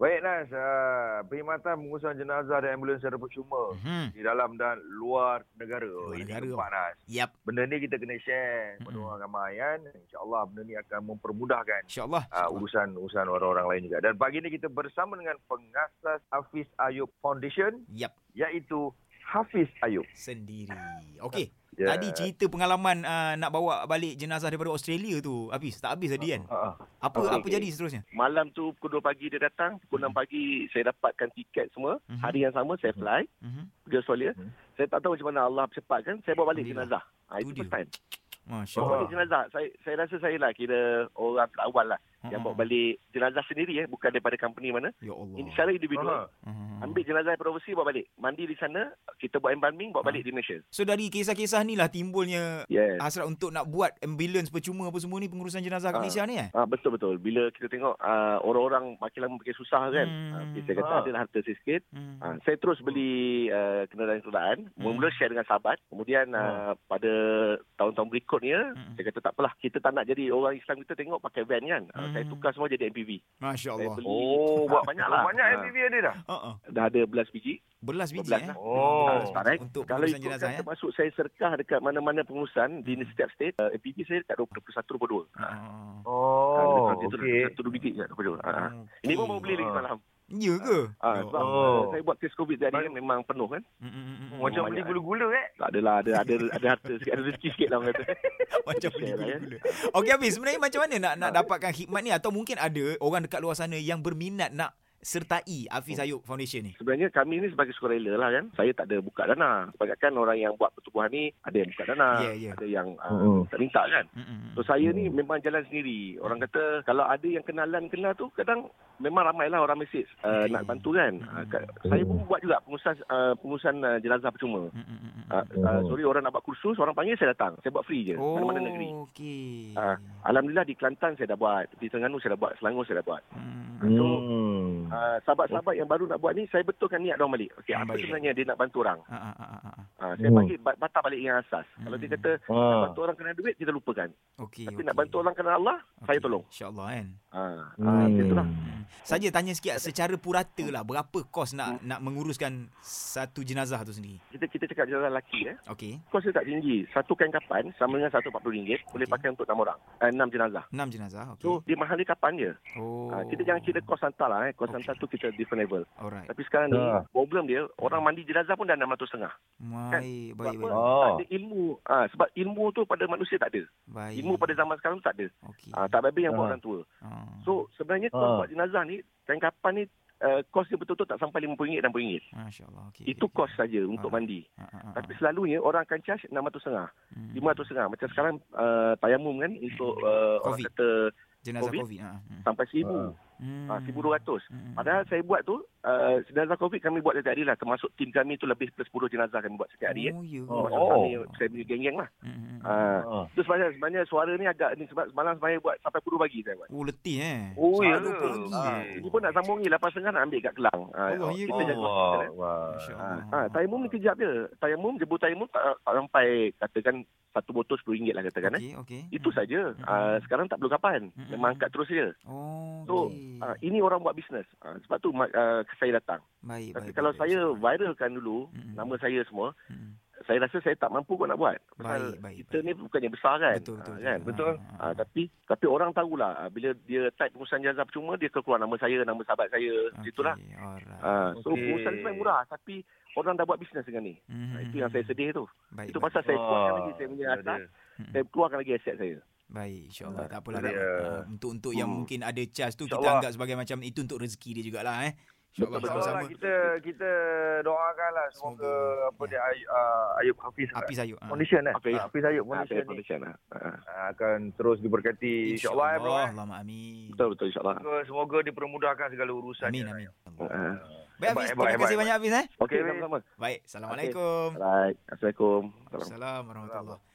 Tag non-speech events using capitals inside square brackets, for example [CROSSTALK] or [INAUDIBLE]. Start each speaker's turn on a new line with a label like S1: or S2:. S1: Baik Nas, uh, perkhidmatan pengurusan jenazah dan ambulans secara percuma
S2: Mhm.
S1: di dalam dan luar negara.
S2: Luar
S1: Ini
S2: negara.
S1: Nampak Nas.
S2: Yap.
S1: Benda ni kita kena share kepada
S2: Mhm.
S1: orang ramai kan. InsyaAllah benda ni akan mempermudahkan
S2: InsyaAllah.
S1: uh, urusan-urusan orang-orang lain juga. Dan pagi ni kita bersama dengan pengasas Hafiz Ayub Foundation
S2: Yap.
S1: iaitu Hafiz Ayub. Ya.
S2: Sendiri. Okey.
S3: Ya.
S2: Yeah. Tadi cerita pengalaman uh, nak bawa balik jenazah daripada Australia tu. Habis. Tak habis tadi kan?
S1: Uh,
S2: Apa
S3: Ah,
S2: apa
S3: Okey.
S2: jadi seterusnya?
S3: Malam tu pukul 2 pagi dia datang, pukul 6 pagi saya dapatkan tiket semua.
S2: Mhm.
S3: Hari yang sama saya fly
S2: Mhm.
S3: pergi Australia.
S1: Mhm.
S3: Saya tak tahu macam mana Allah cepatkan, saya bawa balik
S2: Alhamdulillah.
S3: jenazah. Ha,
S2: Tu
S3: itu
S2: dia. Ah.
S3: first time.
S2: Masya
S3: Bawa
S1: Oh.
S2: Allah.
S3: balik jenazah. Saya saya rasa saya lah kira orang awal lah yang
S2: Ha-ha.
S3: bawa balik jenazah sendiri eh, bukan daripada company mana.
S2: Mm-hmm. Ya Allah. Mm-hmm.
S3: Ini secara individu. eh,
S1: uh,
S2: Ha-ha.
S3: Ambil jenazah daripada overseas bawa balik. Mandi di sana, kita buat
S2: Ah.
S3: embalming bawa balik di Malaysia.
S2: So dari kisah-kisah ni lah timbulnya
S3: Yes.
S2: hasrat untuk nak buat ambulans percuma apa semua ni pengurusan jenazah kat
S3: Ya. Ah.
S2: Malaysia ni eh?
S3: Ah betul betul. Bila kita tengok ah, orang-orang makin lama makin susah kan.
S2: Hmm.
S3: Ah, kita kata
S1: Ah.
S3: ada harta sikit.
S2: Hmm.
S3: Ah, saya terus beli ah, kenderaan-kenderaan. Mula-mula share dengan sahabat. Kemudian ah, pada tahun-tahun berikutnya,
S2: Hmm.
S3: saya kata tak apalah. Kita tak nak jadi orang Islam kita tengok pakai van kan. Ah,
S2: Hmm.
S3: Saya tukar semua jadi MPV.
S2: Masya
S3: Saya
S2: Allah.
S3: beli. [LAUGHS]
S1: oh,
S3: ah,
S1: banyak lah. Banyak
S3: Ah,
S1: MPV ada dah.
S2: Ha-ha.
S3: dah ada belas biji.
S2: Belas biji
S3: Belas
S2: eh?
S3: lah.
S1: Oh.
S3: Ah, sekarang,
S2: Untuk
S3: kalau
S2: pengurusan
S3: kan ikutkan
S2: jenazah ya?
S3: termasuk saya serkah dekat mana-mana pengurusan di setiap state, ah, MPV saya dekat 21-22. Ah,
S2: Ha-ha.
S1: Oh,
S3: dekat situ
S1: okey.
S3: Satu dua biji kat 22. Ah, ah.
S2: Okey.
S3: Ini pun mau beli lagi
S1: Ah.
S3: semalam.
S2: Ya ke?
S3: Ah,
S2: Ya
S3: sebab
S2: Allah.
S1: Oh.
S3: oh. saya buat kes COVID tadi
S1: Baik.
S3: kan memang penuh kan.
S2: Mm, mm, mm, mm.
S1: Macam beli
S3: Banyak, eh.
S1: gula-gula eh.
S3: Tak adalah ada ada ada harta sikit ada rezeki sikit lah orang kata.
S2: [LAUGHS] Macam beli
S3: Share lah, ya. Ha.
S2: gula-gula. [LAUGHS] Okey Hafiz, sebenarnya macam mana nak nak dapatkan khidmat ni atau mungkin ada orang dekat luar sana yang berminat nak sertai Hafiz
S3: Hmm.
S2: Ayub Foundation ni?
S3: Sebenarnya kami ni sebagai sukarela lah kan. Saya tak ada buka dana. Sebab kan orang yang buat pertubuhan ni ada yang buka dana,
S2: Ya, ya.
S3: ada yang uh,
S1: Hmm.
S3: tak minta kan.
S2: Mm, mm, mm.
S3: So saya ni memang jalan sendiri. Orang kata kalau ada yang kenalan kenal tu kadang memang ramailah orang mesej uh,
S2: Okay.
S3: nak bantu kan. Uh, kat- saya pun buat juga pengurusan uh, pengurusan uh, jenazah percuma.
S2: Mm, mm, mm, mm.
S3: Uh, uh, sorry orang nak buat kursus, orang panggil saya datang. Saya buat free je. Mana-mana negeri.
S2: Oh, okey.
S3: Ah, Alhamdulillah di Kelantan saya dah buat, di Terengganu saya dah buat, Selangor saya dah buat.
S2: Mm.
S3: So,
S1: Hmm.
S3: Uh, sahabat-sahabat yang baru nak buat ni saya betulkan niat orang balik. Okey,
S2: Hmm,
S3: apa
S2: baik.
S3: sebenarnya dia nak bantu orang?
S2: Ah, ah, ah, ah, ah.
S3: Uh, saya
S1: Hmm.
S3: bagi ba- batal balik yang asas.
S2: Hmm.
S3: Kalau dia kata nak
S1: Ah.
S3: bantu orang kena duit kita lupakan.
S2: Okey.
S3: Tapi
S2: okey.
S3: nak bantu orang kena Allah, saya
S2: Okey,
S3: tolong.
S2: InsyaAllah kan.
S3: Ah, uh,
S1: Hmm.
S3: itulah.
S2: Hmm. Saja tanya sikit secara purata lah berapa kos nak
S3: Hmm.
S2: nak menguruskan satu jenazah tu sendiri.
S3: Kita kita cakap jalan lelaki eh.
S2: Okey.
S3: Kos dia tak tinggi. Satu kain kapan sama dengan RM140 boleh
S2: Okey.
S3: pakai untuk enam orang. Uh, enam jenazah.
S2: Enam jenazah. Okey.
S3: So, dia mahal dia kapan je.
S2: oh.
S3: Ah, kita jangan Kan? kira kos hantar lah. Eh. Kos
S2: Okey.
S3: hantar tu kita different level.
S2: Alright.
S3: Tapi sekarang ni,
S1: Ah.
S3: problem dia, orang mandi jenazah pun dah RM600,500.
S2: Baik,
S3: Sebab
S2: baik, Oh.
S3: apa?
S2: baik.
S1: baik.
S3: Tak ada ilmu. Ah, sebab ilmu tu pada manusia tak ada.
S2: baik.
S3: Ilmu pada zaman sekarang tu tak ada.
S2: Okey.
S3: Ah, tak baik yang buat
S1: Ah.
S3: orang tua.
S2: Ah.
S3: So sebenarnya kos
S1: Ah.
S3: buat jenazah ni, kain kapan ni, uh, kos dia betul-betul tak sampai RM5 dan RM6.
S2: Masya-Allah. Okey.
S3: Itu
S2: okey.
S3: kos saja untuk
S2: Ah.
S3: mandi.
S2: Ah, ah, ah,
S3: Tapi
S2: ah.
S3: selalunya orang akan charge RM600,500.
S2: Hmm.
S3: RM500,500. Macam sekarang uh, tayamum kan untuk uh, orang
S2: Covid.
S3: kata
S2: jenazah
S3: COVID.
S2: COVID. Ha.
S3: sampai RM1,000. Ah, RM1,200.
S2: Hmm.
S3: Padahal saya buat tu, uh, jenazah COVID kami buat setiap hari lah. Termasuk tim kami tu lebih plus 10 jenazah kami buat setiap hari. Eh.
S2: Oh, ya.
S1: Oh.
S3: Termasuk kami, saya punya geng-geng lah.
S2: Hmm.
S3: Ah,
S1: Ah.
S3: Itu sebenarnya, sebenarnya suara ni agak ni sebab semalam saya buat sampai 10 pagi saya buat.
S2: Oh, letih eh.
S3: Oh,
S2: Saat
S3: ya
S2: dua puluh
S3: ke?
S2: pagi.
S3: Ah, Ini pun nak sambung ni 8.30 nak ambil kat Kelang. Ah,
S2: Allah, ya
S3: kita
S2: ke?
S3: jaga
S1: Allah.
S3: hospital, eh.
S2: Masya-Allah.
S3: Ah, ah, tayamum ni kejap je. Tayamum, jebu tayamum tak, tak sampai katakan satu botol RM10 lah katakan eh.
S2: Okey, okey.
S3: Itu
S2: Hmm.
S3: saja.
S2: Mm-mm.
S3: Ah, sekarang tak perlu kapan.
S2: Mm-mm.
S3: Memang angkat terus saja.
S2: Oh,
S3: So,
S2: okey.
S3: Ah, ini orang buat bisnes. Ah, sebab tu ma- ah, saya datang.
S2: baik,
S3: Tapi
S2: baik, baik,
S3: kalau
S2: Hmm,
S3: saya
S2: baik. Hmm.
S3: viralkan dulu
S2: Mm-mm.
S3: nama saya semua,
S2: Mm-mm.
S3: saya rasa saya tak mampu kot nak buat.
S2: Baik,
S3: Pasal
S2: baik,
S3: kita
S2: baik.
S3: ni bukannya besar kan.
S2: Betul, betul,
S3: Ah,
S2: betul.
S3: kan?
S2: Ah,
S1: Betul.
S2: ah, ah.
S3: Ah, tapi tapi orang tahulah ah, bila dia type pengurusan jazah percuma dia keluar nama saya, nama sahabat saya, okay.
S2: ah,
S3: itulah.
S2: Okey, alright.
S3: Ah, so
S1: Okey.
S3: pengurusan sebenarnya murah tapi orang dah buat bisnes dengan ni.
S2: Mhm.
S3: Ah, itu yang saya sedih tu.
S2: Baik,
S3: itu
S2: baik.
S3: pasal saya
S1: Wah,
S3: keluarkan lagi saya punya
S1: Ya, dia
S3: atas,
S1: ada.
S2: Mhm.
S3: saya keluarkan lagi aset saya. Ah,
S2: Baik, insyaAllah. Tak apalah.
S1: Ya.
S2: Yeah. Uh, untuk untuk yang
S3: Hmm.
S2: mungkin ada charge tu, kita
S1: InsyaAllah.
S2: anggap sebagai macam itu untuk rezeki dia jugalah eh. InsyaAllah
S3: Betul, betul.
S2: sama-sama.
S1: InsyaAllah kita kita doakanlah semoga
S2: Semoga.
S1: apa dia Ay- ah, Ayub Hafiz
S2: Api sayur. ah.
S1: condition eh.
S3: Okey.
S1: Hafiz Ayub
S3: Ah, saya
S1: condition ni
S3: condition lah. Ah,
S1: ah, akan terus diberkati insya-Allah eh, bro. eh.
S2: Allahumma amin.
S3: betul betul insyaAllah.
S1: Semoga, semoga dipermudahkan segala urusan. ya.
S2: Amin, amin.
S3: Ah.
S1: Hebat,
S2: Baik, Hafiz.
S1: hebat,
S2: Terima
S1: hebat,
S2: kasih
S1: hebat.
S2: banyak, Hafiz. Eh.
S3: Okey,
S1: Okey,
S3: sama-sama.
S2: Baik, Assalamualaikum.
S3: Baik. Assalamualaikum. Salam.
S2: Assalamualaikum warahmatullahi